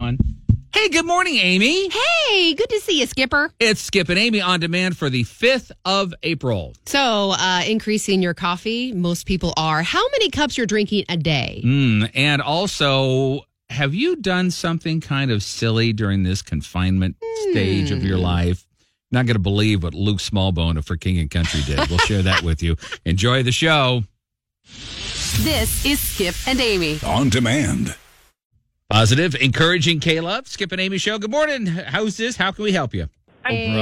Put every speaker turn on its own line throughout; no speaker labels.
on. Hey, good morning, Amy.
Hey, good to see you, Skipper.
It's Skip and Amy on demand for the 5th of April.
So, uh, increasing your coffee, most people are. How many cups you're drinking a day?
Mm, and also, have you done something kind of silly during this confinement stage of
Hmm.
your life? Not going to believe what Luke Smallbone of For King and Country did. We'll share that with you. Enjoy the show.
This is Skip and Amy.
Oh,
On demand.
Positive, encouraging Caleb. Skip and Amy show. Good morning. How's this? How can we help you? Oh,
Hey.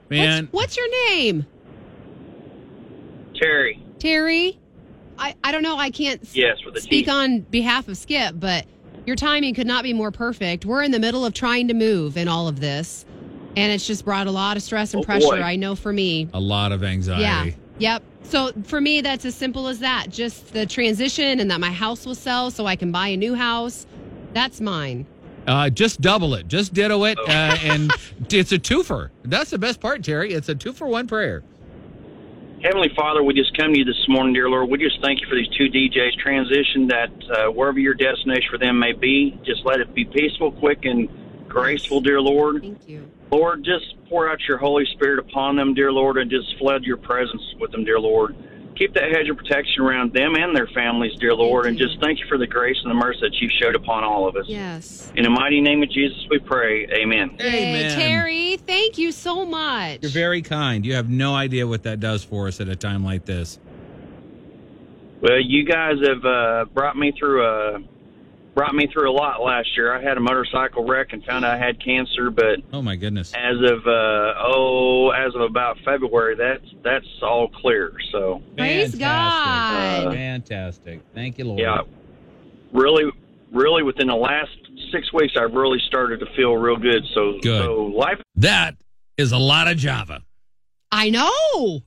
brother. Man.
What's, what's your name?
Terry.
Terry? I, I don't know. I can't s-
Yes, with a
speak
T.
on behalf of Skip, but your timing could not be more perfect. We're in the middle of trying to move in all of this, and it's just brought a lot of stress and
Oh,
pressure.
boy.
I know for me.
A lot of anxiety.
Yeah. Yep. So for me, that's as simple as that. Just the transition and that my house will sell so I can buy a new house. That's mine.
Uh, just double it. Just ditto it. Uh, and it's a twofer. That's the best part, Terry. It's a two for one prayer.
Heavenly Father, we just come to you this morning, dear Lord. We just thank you for these two DJs transition that uh, wherever your destination for them may be, just let it be peaceful, quick, and graceful, dear Lord.
Thank you.
Lord, just pour out your Holy Spirit upon them, dear Lord, and just flood your presence with them, dear Lord. Keep that hedge of protection around them and their families, dear Lord, and
you.
just thank you for the grace and the mercy that you've showed upon all of us.
Yes.
In the mighty name of Jesus, we pray. Amen.
Yay, Terry, thank you so much.
You're very kind. You have no idea what that does for us at a time like this.
Well, you guys have uh, brought me through a brought me through a lot last year. I had a motorcycle wreck and found out I had cancer, but
Oh my goodness.
as of uh, oh, as of about February, that's that's all clear. So
Praise God.
Uh,
Fantastic. Thank you, Lord.
yeah, really, really within the last six weeks, I've really started to feel real good. So
Good.
so life
That is a lot of Java.
I know.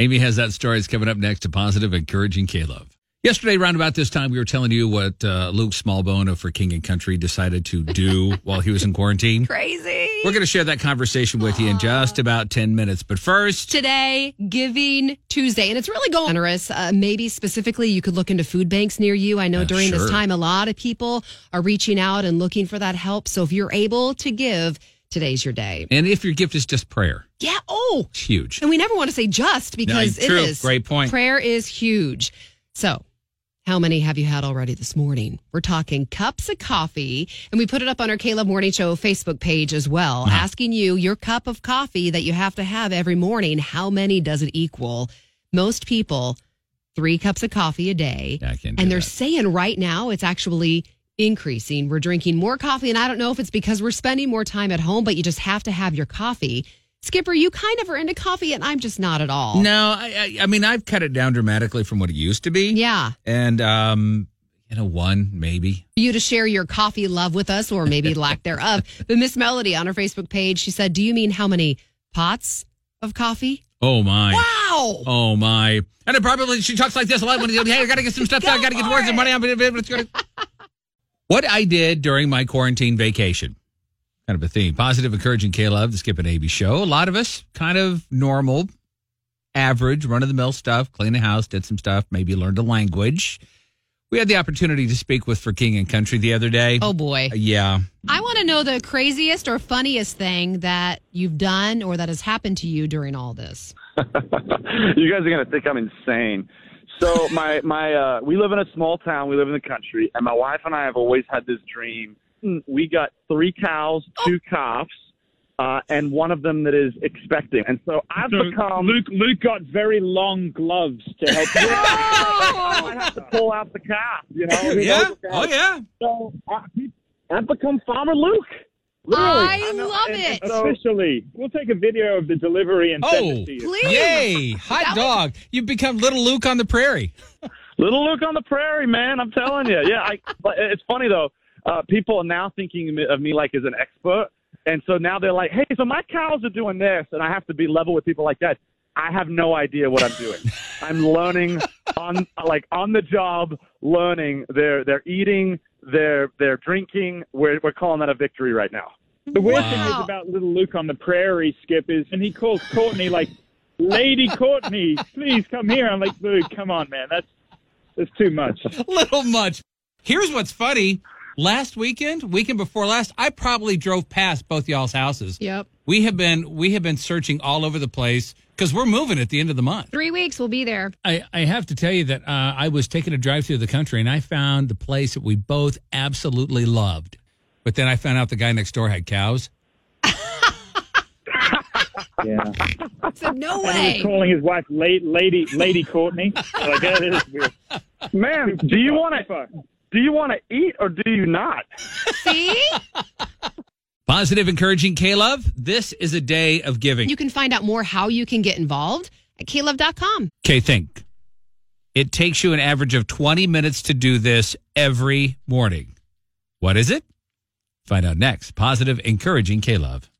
Amy has that story. It's coming up next to Positive Encouraging Caleb. Yesterday, around about this time, we were telling you what uh, Luke Smallbone of For King and Country decided to do while he was in quarantine.
Crazy.
We're going to share that conversation with you in just about 10 minutes. But first,
Today, Giving Tuesday, and it's really going generous. Uh, maybe specifically, you could look into food banks near you. I know
Uh,
during
sure.
this time, a lot of people are reaching out and looking for that help. So if you're able to give, today's your day.
and if your gift is just prayer,
Yeah. Oh,
it's huge.
And we never want to say just because
true.
it is.
Great point.
Prayer is huge. So, how many have you had already this morning? We're talking cups of coffee, and we put it up on our Caleb Morning Show Facebook page as well,
Uh-huh.
asking you your cup of coffee that you have to have every morning. How many does it equal? Most people, three cups of coffee a day.
Yeah, I can't do
and they're
that.
saying right now it's actually increasing. We're drinking more coffee, and I don't know if it's because we're spending more time at home, but you just have to have your coffee. Skipper, you kind of are into coffee, and I'm just not at all.
No, I, I, I mean, I've cut it down dramatically from what it used to be.
Yeah.
And, um, you know, one, maybe.
for you to share your coffee love with us or maybe lack thereof. But Miss Melody on her Facebook page, she said, Do you mean how many pots of coffee?
Oh, my.
Wow.
Oh, my. And it probably, she talks like this a lot when she's hey, I got to get some stuff done. I got to get to work. Some money. I'm it's gonna... What I did during my quarantine vacation. Kind of a theme. Positive, encouraging Caleb, the Skip and AB show. A lot of us kind of normal, average, run of the mill stuff, cleaned the house, did some stuff, maybe learned a language. We had the opportunity to speak with For King and Country the other day.
Oh boy.
Yeah.
I want to know the craziest or funniest thing that you've done or that has happened to you during all this.
you guys are gonna think I'm insane. So my my uh, we live in a small town. We live in the country, and my wife and I have always had this dream. We got three cows, two calves, uh, and one of them that is expecting. And so I've
So
become
Luke, Luke got very long gloves to help.
I might have to pull out the calf. You know? Who knows
Yeah.
what's
Oh, yeah.
so I, I've become Farmer Luke.
I,
I know,
love
and-
it.
and so-
Officially, we'll take a video of the delivery and send
Oh.
it to you.
Please.
Yay! Hot dog. You've become little Luke on the prairie.
Little Luke on the Prairie, man. I'm telling you. Yeah, I, but it's funny though. Uh, people are now thinking of me like as an expert, and so now they're like, "Hey, so my cows are doing this," and I have to be level with people like that. I have no idea what I'm doing. I'm learning on like on the job, learning. They're they're eating, they're they're drinking. We're we're calling that a victory right now.
The weird
Wow.
thing is about little Luke on the prairie, Skip, is, and he calls Courtney like, Lady Courtney, please come here. I'm like, Luke, come on, man. That's, that's too much.
Little much. Here's what's funny. Last weekend, weekend before last, I probably drove past both y'all's houses.
Yep.
We have been we have been searching all over the place because we're moving at the end of the month.
Three weeks, we'll be there.
I, I have to tell you that uh, I was taking a drive through the country and I found the place that we both absolutely loved. But then I found out the guy next door had cows.
Yeah.
So no
He was
way.
calling his wife late, Lady Lady Courtney. Like that is weird.
Ma'am, do you want to do you want to eat or do you not?
See?
Positive, encouraging K Love. This is a day of giving.
You can find out more how you can get involved at klove.com.
Okay, think. It takes you an average of 20 minutes to do this every morning. What is it? Find out next. Positive, encouraging K Love.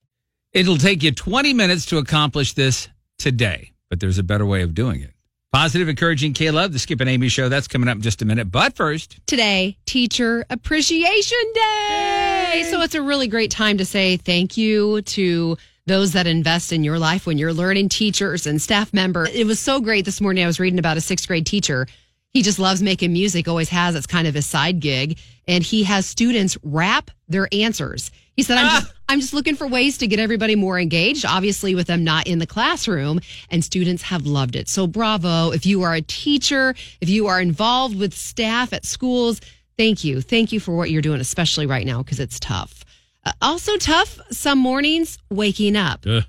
It'll take you 20 minutes to accomplish this today, but there's a better way of doing it. Positive, encouraging K Love, the Skip and Amy show. That's coming up in just a minute. But first,
Today, Teacher Appreciation Day. So it's a really great time to say thank you to those that invest in your life when you're learning teachers and staff members. It was so great this morning. I was reading about a sixth grade teacher. He just loves making music, always has. It's kind of his side gig. And he has students rap their answers. He said, I'm just, I'm just looking for ways to get everybody more engaged, obviously, with them not in the classroom. And students have loved it. So, bravo. If you are a teacher, if you are involved with staff at schools, thank you. Thank you for what you're doing, especially right now, because it's tough. Uh, also, tough some mornings waking up.
Ugh.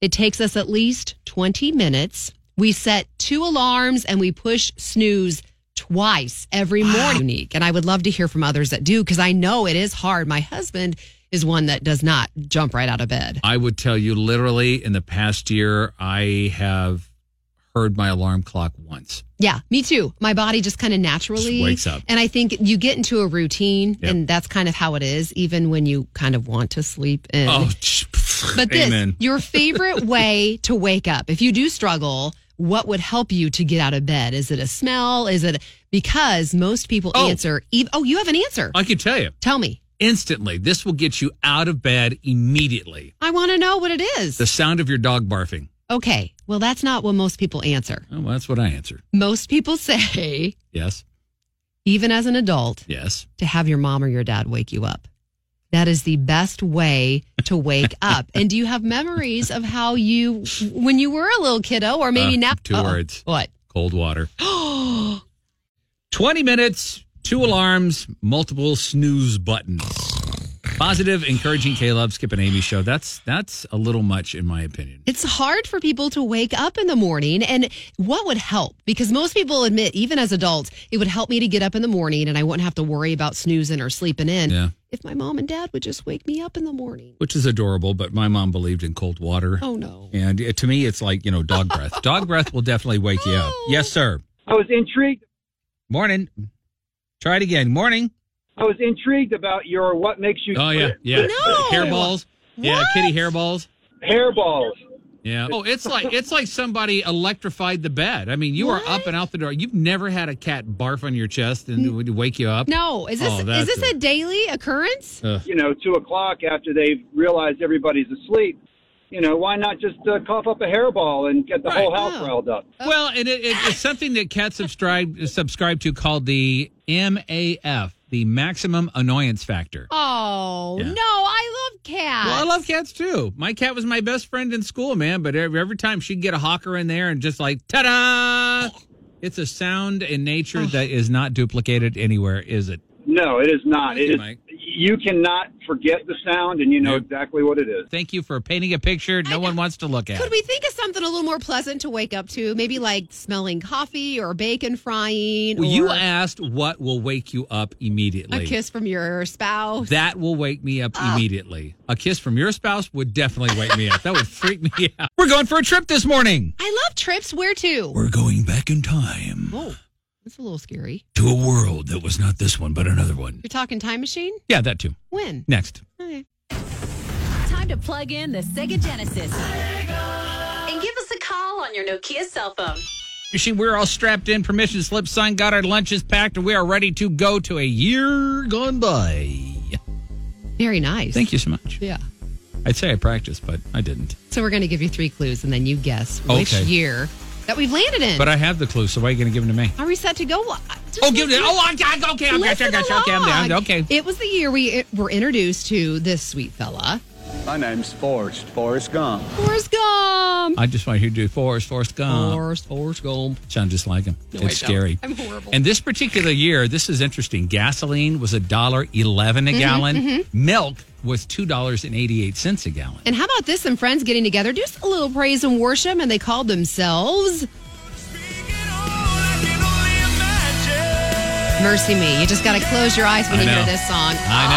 It takes us at least 20 minutes. We set two alarms and we push snooze twice every morning. Unique. And I would love to hear from others that do because I know it is hard. My husband is one that does not jump right out of bed.
I would tell you literally in the past year, I have heard my alarm clock once.
Yeah, me too. My body just kind of naturally
Just wakes up.
And I think you get into a routine
Yep.
and that's kind of how it is, even when you kind of want to sleep in.
Oh,
But this,
amen.
your favorite way to wake up. If you do struggle, what would help you to get out of bed? Is it a smell? Is it because most people
Oh.
answer? ev- oh, you have an answer.
I can tell you.
Tell me.
instantly. This will get you out of bed immediately.
I want to know what it
The
is.
sound of your dog barfing.
Okay. Well, that's not what most people answer.
Oh, well, that's what I answered.
Most people say,
Yes,
even as an adult,
yes.
to have your mom or your dad wake you up. That is the best way to wake up. And do you have memories of how you, when you were a little kiddo, or maybe
Uh,
now?
two
Uh-oh.
words.
What?
Cold water. 20 minutes, two alarms, multiple snooze buttons. Positive, encouraging Caleb, Skip and Amy show. That's that's a little much in my opinion.
It's hard for people to wake up in the morning. And what would help? Because most people admit, even as adults, it would help me to get up in the morning and I wouldn't have to worry about snoozing or sleeping in.
Yeah.
If my mom and dad would just wake me up in the morning.
Which is adorable, but my mom believed in cold water.
Oh, no.
And uh, to me, it's like, you know, dog breath. Dog breath will definitely wake you up. Yes, sir.
I was intrigued.
Morning. Try it again. Morning.
I was intrigued about your what makes you
Uh,
Oh yeah, yeah.
No.
Hairballs. Yeah, kitty hairballs.
hairballs.
Yeah. Oh, it's like it's like somebody electrified the bed. I mean, you are up and out the door. You've never had a cat barf on your chest and it would wake you up.
No, is this
Oh,
is
that's
this a daily occurrence?
You know, two o'clock after they've realized everybody's asleep. You know, why not just uh, cough up a hairball and get the
Right.
whole house
Oh.
riled up?
Well, and it, it, it's something that cats subscribe subscribe to called the MAF, the maximum annoyance factor.
Oh
Yeah.
no, I love cats.
Well, I love cats too. My cat was my best friend in school, man. But every, every time she'd get a hawker in there and just like ta da, it's a sound in nature that is not duplicated anywhere, is it?
No, it is not.
Thank
It
you,
is.
Mike.
You cannot forget the sound, and you know
Nope.
exactly what it is.
Thank you for painting a picture no one wants to look at.
Could we think of something a little more pleasant to wake up to? Maybe like smelling coffee or bacon frying.
Well, you
or
asked what will wake you up immediately.
a kiss Oh. from your spouse.
That will wake me up immediately. A kiss from your spouse would definitely wake me up. That would freak me out. We're going for a trip this morning.
I love trips. Where to?
We're going back in time
Oh, that's a little scary.
to a world that was not this one, but another one.
You're talking time machine?
Yeah, that too.
When?
Next.
Okay.
Time to plug in the Sega Genesis. And give us a call on your Nokia cell phone.
You see, we're all strapped in, permission slip signed, got our lunches packed, and we are ready to go to a year gone by.
Very nice.
Thank you so much.
Yeah.
I'd say I practiced, but I didn't.
So we're going to give you three clues and then you guess which
Okay.
year that we've landed in.
But I have the clue, so why are you going to give them to me?
Are we set to go? Well, I- just
Oh, give it.
listen-
Oh, I got. Okay, I got.
listen
I got. Okay, I'm down.
along.
Okay.
It was the year we i- were introduced to this sweet fella,
My name's Forrest, Forrest Gump.
Forrest Gump.
I just want you to do Forrest, Forrest Gump.
Forrest, Forrest Gump.
Sound just like him.
No,
it's
I don't.
scary.
I'm horrible.
And this particular year, this is interesting. Gasoline was a dollar eleven
Mm-hmm,
a gallon. Milk was two dollars and eighty eight cents a gallon.
And how about this? Some friends getting together, do a little praise and worship, and they called themselves Mercy Me. You just got to close your eyes when
I
you
know.
hear this song.
I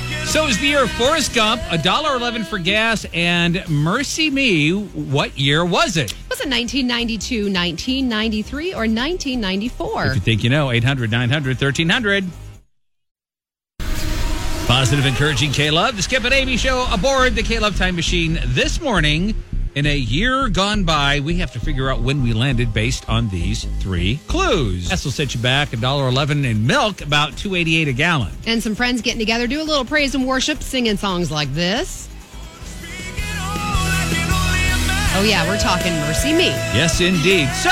know. So is the year of Forrest Gump, a dollar eleven for gas, and Mercy Me. What year was it?
Was it 1992, 1993, or 1994?
If you think you know, 800 900 1300. Positive, encouraging K Love. The Skip and Amy show aboard the K Love Time Machine this morning. In a year gone by, we have to figure out when we landed based on these three clues. That's will set you back $1.11 in milk, about two eighty eight a gallon.
And some friends getting together, do a little praise and worship, singing songs like this. Oh, yeah, we're talking Mercy Me.
Yes, indeed. So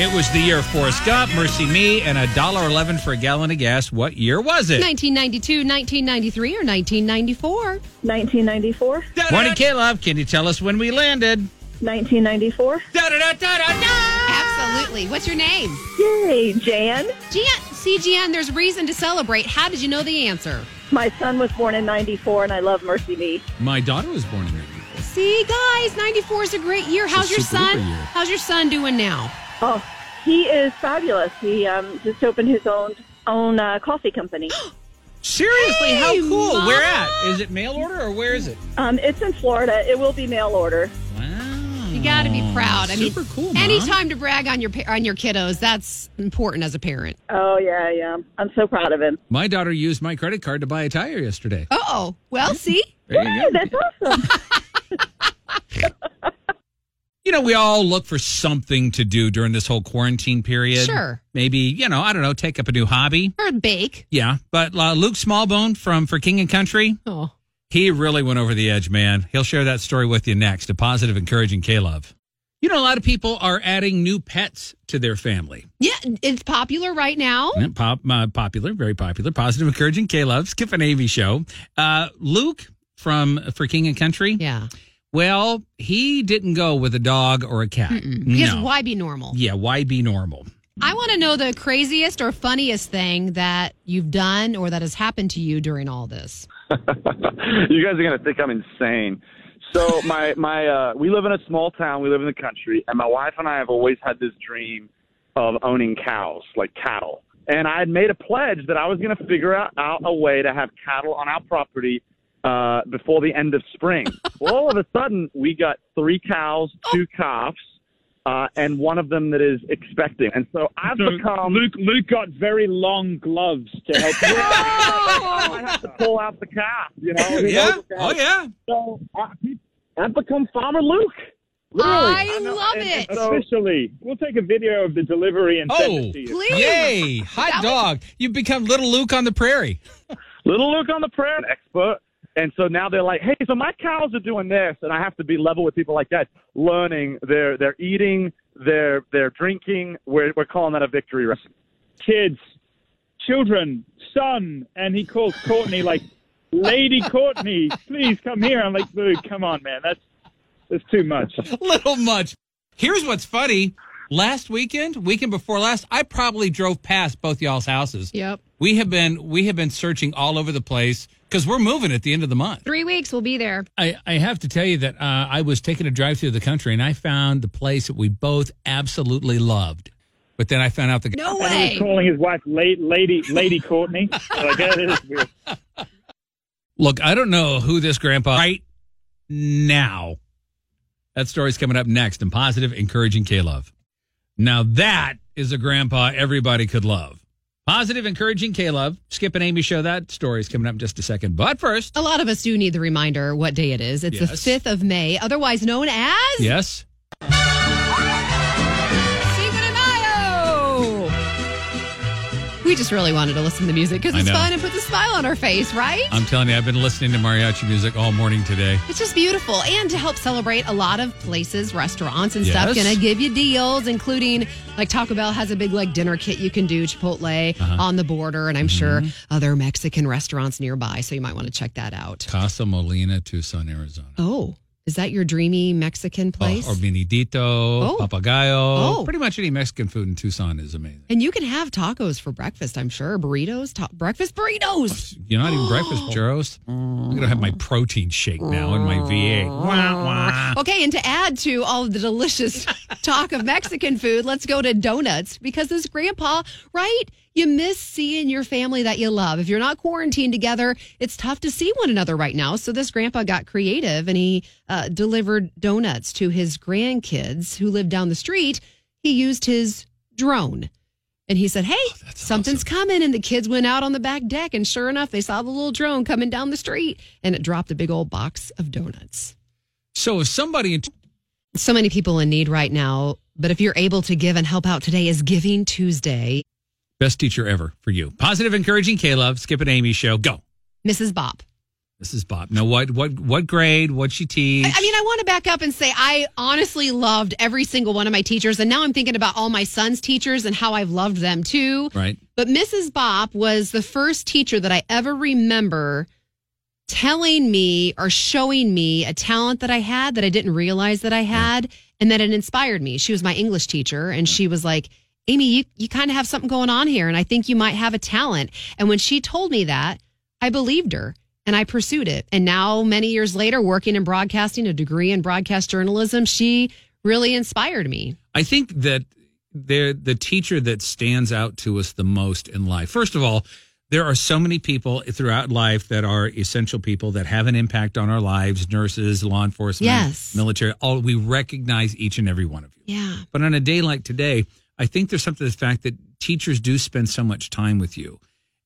it was the year of Forrest Gump, Mercy Me, and $1.11 for a gallon of gas. What year was it?
1992, 1993, or 1994.
1994,
Morning, K Love. Can you tell us when we landed?
1994.
Da-da-da-da-da-da!
Absolutely. What's your name?
Yay, Jan.
Gian. See, Gian, there's reason to celebrate. How did you know the answer?
My son was born in 94, and I love Mercy Me.
My daughter was born in 94.
See, guys, 94 is a great year.
a
How's your
super
son?
duper year.
How's your son doing now?
Oh, he is fabulous. He um, just opened his own own uh, coffee company.
Seriously, how
Hey,
cool.
Mama.
Where at? Is it mail order or where is it?
Um, it's in Florida. It will be mail order.
Wow.
You got to be proud. I mean,
Mm, Super cool, Mom.
any time to brag on your pa- on your kiddos, that's important as a parent.
Oh yeah, yeah. I'm so proud of him.
My daughter used my credit card to buy a tire yesterday.
Oh, well, see,
There you go.
That's awesome.
You know, we all look for something to do during this whole quarantine period.
Sure.
Maybe, you know, I don't know, take up a new hobby.
or bake.
Yeah. But uh, Luke Smallbone from For King and Country,
Oh,
He really went over the edge, man. He'll share that story with you next. A positive, encouraging K Love. You know, a lot of people are adding new pets to their family.
yeah, it's popular right now.
Yeah, Pop, uh, popular, very popular. Positive, encouraging K Love. Skip and Avy show. Uh, Luke from For King and Country.
Yeah,
Well, he didn't go with a dog or a cat.
because
No.
why be normal?
Yeah, why be normal?
I want to know the craziest or funniest thing that you've done or that has happened to you during all this.
you guys are gonna think I'm insane. So my my uh, we live in a small town. We live in the country, and my wife and I have always had this dream of owning cows, like cattle. And I had made a pledge that I was gonna figure out, out a way to have cattle on our property uh, before the end of spring. well, all of a sudden, we got three cows, two calves, uh, and one of them that is expecting. And so I've become
Luke, Luke got very long gloves to help.
I have to pull out the calf. You know, He knows the calf.
Oh, yeah.
So I, I've become Farmer Luke. Literally.
I
know,
love
and-
it.
and so-
Officially, we'll take a video of the delivery and send
Oh.
it to you.
Please.
Yay. Hot dog. You've become little Luke on the prairie.
little Luke on the prayer expert. And so now they're like, hey, so my cows are doing this, and I have to be level with people like that, learning their their eating, their their drinking. We're we're calling that a victory recipe.
Kids, children, son, and he calls Courtney like, "Lady Courtney, please come here." I'm like, Luke, come on, man, that's that's too much.
little much. Here's what's funny. Last weekend, weekend before last, I probably drove past both y'all's houses.
Yep.
We have been we have been searching all over the place because we're moving at the end of the month.
Three weeks, we'll be there.
I, I have to tell you that uh, I was taking a drive through the country and I found the place that we both absolutely loved. But then I found out the
No
And he's
way.
calling his wife late, Lady Lady Courtney. like, that is weird.
Look, I don't know who this grandpa right now. That story's coming up next in positive, encouraging K love. Now that is a grandpa everybody could love. Positive, encouraging K love. Skip and Amy show that story's coming up in just a second. But first,
A lot of us do need the reminder what day it is. It's
Yes.
the 5th of May, otherwise known as
yes,
Cinco de Mayo. We just really wanted to listen to music because
I
it's
know.
fun and puts a smile on our face, right?
I'm telling you, I've been listening to mariachi music all morning today.
It's just beautiful. And to help celebrate, a lot of places, restaurants, and stuff
Yes.
gonna give you deals, including like Taco Bell has a big like dinner kit you can do, Chipotle
Uh-huh.
on the border, and I'm sure
Mm-hmm.
other Mexican restaurants nearby. So you might want to check that out.
Casa Molina, Tucson, Arizona.
Oh, is that your dreamy Mexican place?
Oh, or Benedito,
Oh.
Papagayo.
Oh.
Pretty much any Mexican food in Tucson is amazing.
and you can have tacos for breakfast, I'm sure. Burritos, ta- breakfast burritos.
You're not eating breakfast, churros. I'm gonna have my protein shake now and my VA. Wah, wah.
Okay, and to add to all of the delicious talk of Mexican food, let's go to donuts because this grandpa, right? You miss seeing your family that you love. If you're not quarantined together, it's tough to see one another right now. So this grandpa got creative and he uh, delivered donuts to his grandkids who live down the street. He used his drone. And he said, Hey, something's coming. And the kids went out on the back deck. And sure enough, they saw the little drone coming down the street and it dropped a big old box of donuts
So if somebody in
so many people in need right now. But if you're able to give and help out today, is Giving Tuesday.
best teacher ever for you, positive, encouraging K Love, Skip and Amy show, go.
Mrs. Bob.
This is Bob. Now what? What? What grade? What she teach?
I mean, I want to back up and say I honestly loved every single one of my teachers. And now I'm thinking about all my son's teachers and how I've loved them too.
right.
But Mrs. Bopp was the first teacher that I ever remember telling me or showing me a talent that I had that I didn't realize that I had and that it inspired me. She was my English teacher and she was like, Amy, you, you kind of have something going on here and I think you might have a talent. And when she told me that, I believed her and I pursued it. And now, many years later, working in broadcasting, a degree in broadcast journalism, she really inspired me.
I think that they're the teacher that stands out to us the most in life. First of all, there are so many people throughout life that are essential people that have an impact on our lives nurses, law enforcement,
Yes.
military. All we recognize each and every one of you.
Yeah.
But on a day like today, I think there's something to the fact that teachers do spend so much time with you.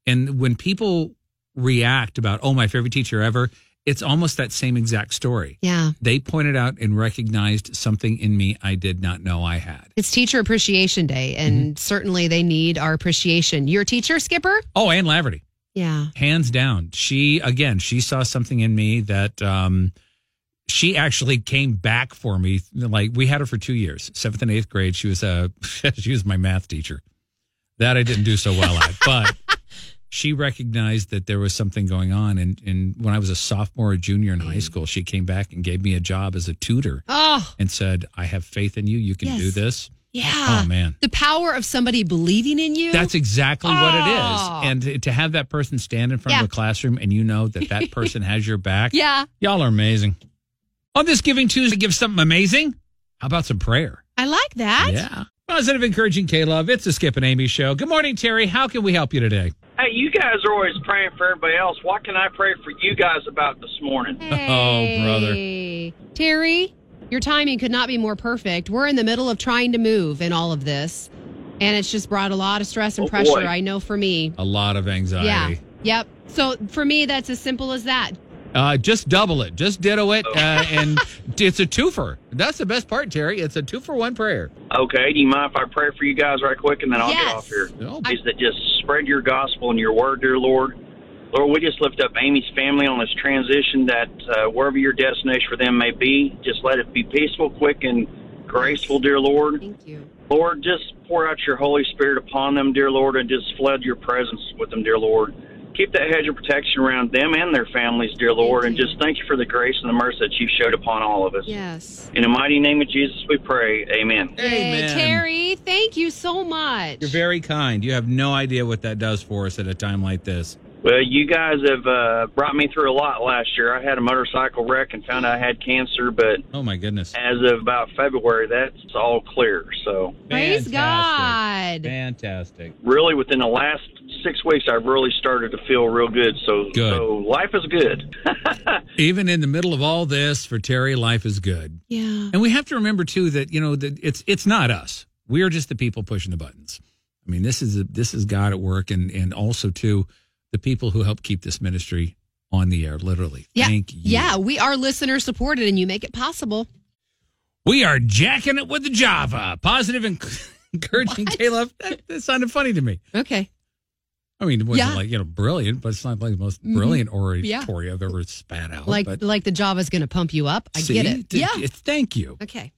And when people react about, oh, my favorite teacher ever, it's almost that same exact story.
Yeah.
They pointed out and recognized something in me I did not know I had.
It's Teacher Appreciation Day,
Mm-hmm.
and certainly they need our appreciation. Your teacher, Skipper?
Oh, Anne Laverty,
Yeah.
hands down. She, again, she saw something in me that um, she actually came back for me. Like we had her for two years, seventh and eighth grade. She was a, she was my math teacher. That I didn't do so well at, but she recognized that there was something going on. And, and when I was a sophomore or junior in high school, she came back and gave me a job as a tutor
Mm. Oh,
and said, I have faith in you. You can do
Yes.
this.
yeah.
Oh, man.
The power of somebody believing in you.
That's exactly what
Oh.
it is. And to- to have that person stand in front
Yeah.
of a classroom and you know that that person has your back.
yeah.
Y'all are amazing. On this Giving Tuesday, give something amazing. How about some prayer?
I like that.
yeah. Positive encouraging K Love. It's a Skip and Amy show. Good morning, Terry. How can we help you today?
Hey, you guys are always praying for everybody else. What can I pray for you guys about this morning?
Oh, brother.
Hey. Terry, your timing could not be more perfect. We're in the middle of trying to move in all of this, and it's just brought a lot of stress and
Oh,
pressure.
boy.
I know for me.
A lot of
Yeah.
anxiety.
Yep. So for me, that's as simple as that.
Uh, just double it. Just ditto
Oh.
it. Uh, and it's a twofer. That's the best part, Terry. It's a two for one prayer.
Okay, do you mind if I pray for you guys right quick and then I'll
Yes.
get off here?
Oh,
Is that just spread your gospel and your word, dear Lord. Lord, we just lift up Amy's family on this transition that uh, wherever your destination for them may be, just let it be peaceful, quick, and graceful, dear Lord.
Thank you.
Lord, just pour out your Holy Spirit upon them, dear Lord, and just flood your presence with them, dear Lord. Keep that hedge of protection around them and their families, dear Lord, and
you.
just thank you for the grace and the mercy that you've showed upon all of us.
Yes.
In the mighty name of Jesus, we pray. Amen.
Amen.
Hey, Terry, thank you so much.
You're very kind. You have no idea what that does for us at a time like this.
Well, you guys have uh, brought me through a lot last year. I had a motorcycle wreck and found out I had cancer, but
Oh my goodness.
as of about February, that's all clear. So,
Praise God.
Fantastic.
really, within the last six weeks, I've really started to feel real good. So,
Good.
so life is good.
Even in the middle of all this, for Terry, life is good.
Yeah.
And we have to remember too that, you know, that it's it's not us. We are just the people pushing the buttons. I mean, this is this is God at work and and also too the people who help keep this ministry on the air, literally.
Yeah.
Thank you.
Yeah, we are listener supported and you make it possible.
We are jacking it with the Java. Positive and encouraging Caleb. That, that sounded funny to me.
Okay.
I mean, it wasn't
Yeah. Mm-hmm.
like, you know, brilliant, but it's not like the most brilliant oratory I've ever spat out.
Like
but
like the job is going to pump you up. I
see,
get it.
Th-
yeah.
it's- Thank you.
Okay.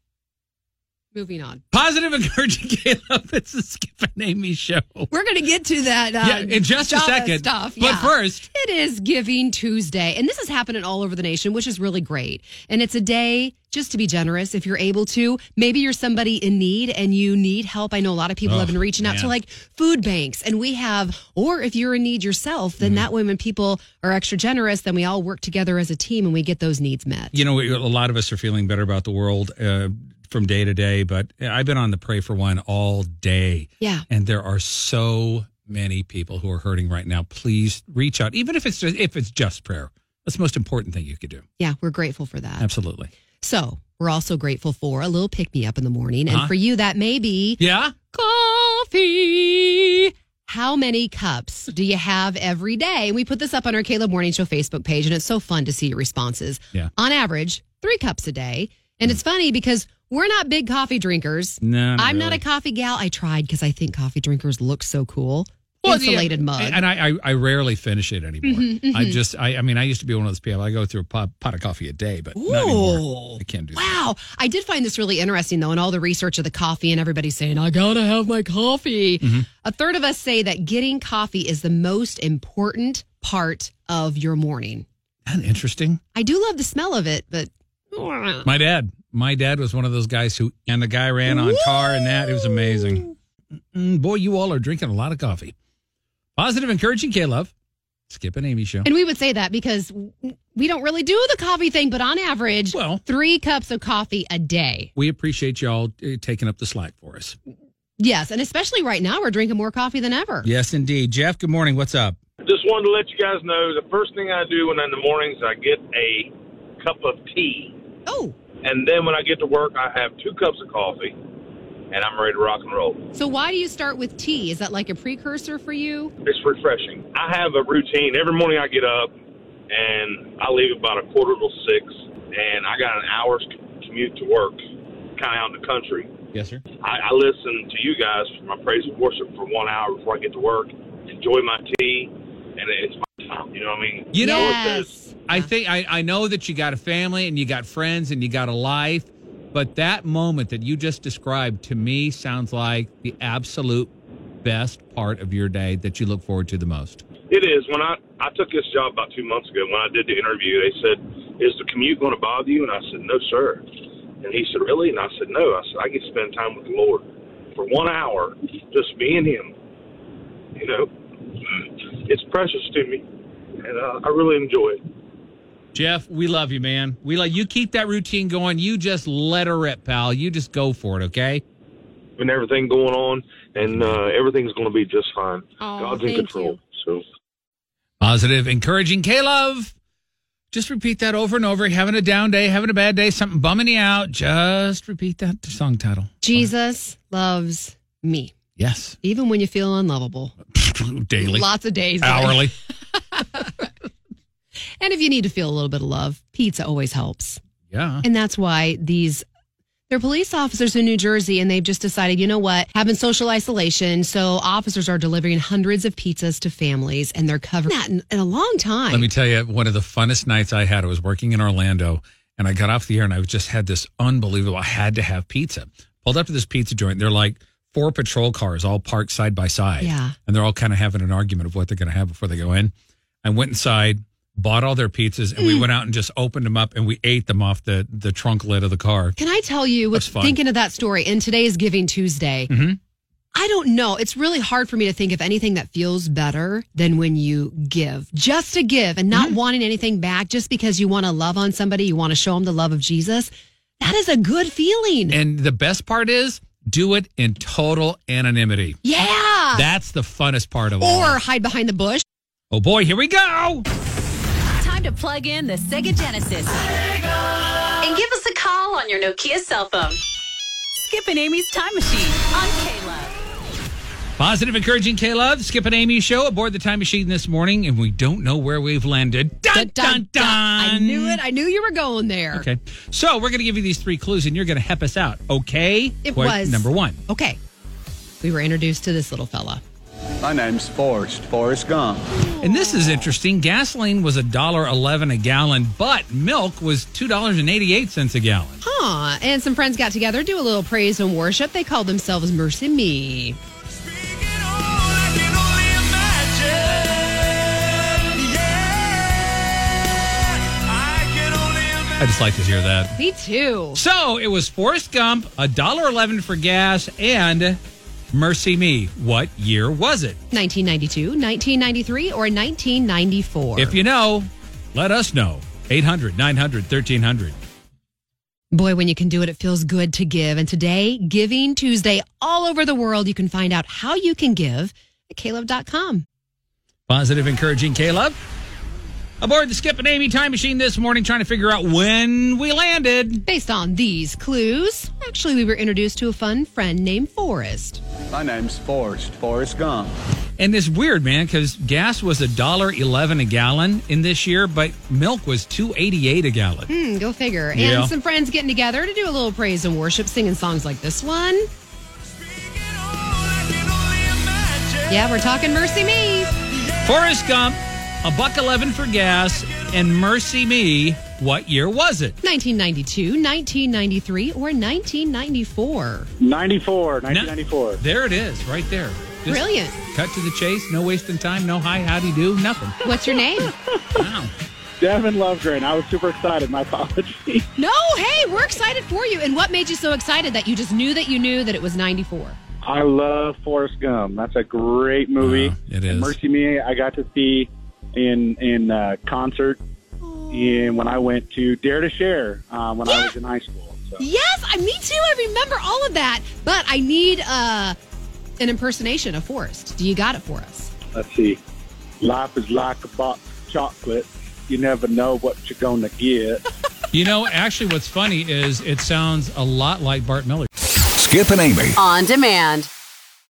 Moving on.
Positive encouraging Caleb. It's the Skip and Amy show.
We're going to get to that. Uh,
yeah, in just a
Java
second.
Stuff.
But
yeah.
first,
It is Giving Tuesday, and this is happening all over the nation, which is really great. And it's a day just to be generous if you're able to. Maybe you're somebody in need and you need help. I know a lot of people
Oh,
have been reaching out to
man.
like food banks, and we have, or if you're in need yourself,
Mm-hmm.
then that way when people are extra generous, then we all work together as a team and we get those needs met.
you know, a lot of us are feeling better about the world uh, from day to day, but I've been on the pray for one all day.
Yeah.
and there are so many people who are hurting right now please reach out even if it's just, if it's just prayer that's the most important thing you could do
Yeah, we're grateful for that.
absolutely
So we're also grateful for a little pick me up in the morning.
Uh-huh.
And for you, that may be
yeah
coffee. How many cups do you have every day? We put this up on our Caleb Morning Show Facebook page, and it's so fun to see your responses.
Yeah.
On average, three cups a day. And it's funny because we're not big coffee drinkers.
no
I'm not a coffee gal. I tried because I think coffee drinkers look so cool. Insulated Mm-hmm, mug.
and I, I i rarely finish it anymore i just i i mean i used to be one of those people i go through a pot, pot of coffee a day but not anymore. i can't do that
Wow. I did find this really interesting, though, in all the research of the coffee and everybody saying, I gotta have my coffee. A third of us say that getting coffee is the most important part of your morning.
Isn't that interesting
I do love the smell of it, but
my dad my dad was one of those guys who and the guy ran on tar and that it was amazing Mm, boy you all are drinking a lot of coffee positive encouraging k-love skip and amy show
and we would say that because we don't really do the coffee thing, but on average,
well
three cups of coffee a day.
we appreciate y'all uh, taking up the slack for us.
Yes, and especially right now, we're drinking more coffee than ever.
Yes, indeed. Jeff, good morning. What's up?
Just wanted to let you guys know the first thing I do when in the mornings I get a cup of tea,
Oh,
and then when I get to work I have two cups of coffee, and I'm ready to rock and roll.
so why do you start with tea? Is that like a precursor for you?
It's refreshing. I have a routine every morning. I get up and I leave about a quarter till six, and I got an hour's commute to work, kind of out in the country.
Yes, sir.
I, I listen to you guys for my praise and worship for one hour before I get to work. Enjoy my tea, and it's my time. You know what I mean?
You know,
yes.
I think I, I know that you got a family and you got friends and you got a life, but that moment that you just described to me sounds like the absolute best part of your day that you look forward to the most.
It is. When I I took this job about two months ago, when I did the interview, they said, "Is the commute going to bother you?" And I said, "No, sir." And he said, "Really?" And I said, "No." I said, "I can spend time with the Lord for one hour, just being Him. You know, it's precious to me, and uh, I really enjoy it."
Jeff, we love you, man. We love you. Keep that routine going. You just let her rip, pal. You just go for it, okay?
And everything going on, and uh, everything's going to be just fine.
Aw,
God's in
thank
control. So.
Positive, encouraging K-Love. Just repeat that over and over. Having a down day, having a bad day, something bumming you out. Just repeat that song title.
Jesus loves me.
Yes.
Even when you feel unlovable.
Daily.
Lots of days.
Hourly.
And if you need to feel a little bit of love, pizza always helps.
Yeah.
And that's why these they're police officers in New Jersey and they've just decided, you know what, having social isolation, so officers are delivering hundreds of pizzas to families and they're covering that in, in a long time.
Let me tell you, one of the funnest nights I had, I was working in Orlando and I got off the air and I just had this unbelievable, I had to have pizza. Pulled up to this pizza joint. They're like four patrol cars all parked side by side.
Yeah.
And they're all kind of having an argument of what they're going to have before they go in. I went inside, bought all their pizzas,
Mm.
and we went out and just opened them up and we ate them off the, the trunk lid of the car.
Can I tell you, with
That's Mm-hmm. fun.
thinking of that story, and today is Giving Tuesday, I don't know. It's really hard for me to think of anything that feels better than when you give, just to give and
Mm-hmm.
not wanting anything back, just because you want to love on somebody, you want to show them the love of Jesus. That is a good feeling.
And the best part is, do it in total anonymity.
yeah.
That's the funnest part of all.
or hide behind the bush.
Oh boy, here we go.
Time to plug in the Sega Genesis. And give us a call on your Nokia cell phone. Skip and Amy's Time Machine on Kayla.
Positive, encouraging K Love, Skip and Amy show aboard the time machine this morning, and we don't know where we've landed. Dun, dun, dun.
I knew it. I knew you were going there.
Okay. So we're going to give you these three clues, and you're going to help us out, okay?
It
Question
was.
Number one.
Okay. We were introduced to this little fella.
My name's Forrest, Forrest Gump.
And this is interesting. Gasoline was $1.11 a gallon, but milk was $2.88 a gallon.
Huh. And some friends got together, do a little praise and worship. They called themselves Mercy Me.
I just like to hear that.
Me too.
So it was Forrest Gump, a dollar eleven for gas, and Mercy Me. What year was it?
1992, 1993, or 1994.
If you know, let us know. 800 900 1300.
Boy, when you can do it, it feels good to give. And today, Giving Tuesday, all over the world, you can find out how you can give at caleb.com.
Positive, encouraging Caleb. Aboard the Skip and Amy time machine this morning, trying to figure out when we landed.
Based on these clues, actually, we were introduced to a fun friend named Forrest.
My name's Forrest, Forrest Gump.
And it's weird, man, because gas was a dollar eleven a gallon in this year, but milk was two eighty eight a gallon.
Hmm, go figure. And
Yeah.
some friends getting together to do a little praise and worship, singing songs like this one. Yeah, we're talking Mercy Me.
Forrest Gump, a buck eleven for gas, and Mercy Me. What year was it?
1992, 1993, or 1994.
94, 1994.
There it is, right there. Just
Brilliant.
Cut to the chase. No wasting time. No hi, how do you do? Nothing.
What's your name?
Devin Lovegreen. I was super excited. My apologies.
no, hey, we're excited for you. And what made you so excited that you just knew that you knew that it was 94?
I love Forrest Gump. That's a great movie.
it is.
And Mercy Me, I got to see in in uh, concert in, when I went to Dare to Share uh, when I was in high school. So.
Yes, I me too. I remember all of that, but I need uh, an impersonation of Forrest. Do you got it for us?
Let's see. Life is like a box of chocolate. You never know what you're going to get.
You know, actually, what's funny is it sounds a lot like Bart Miller.
Skip and Amy.
On demand.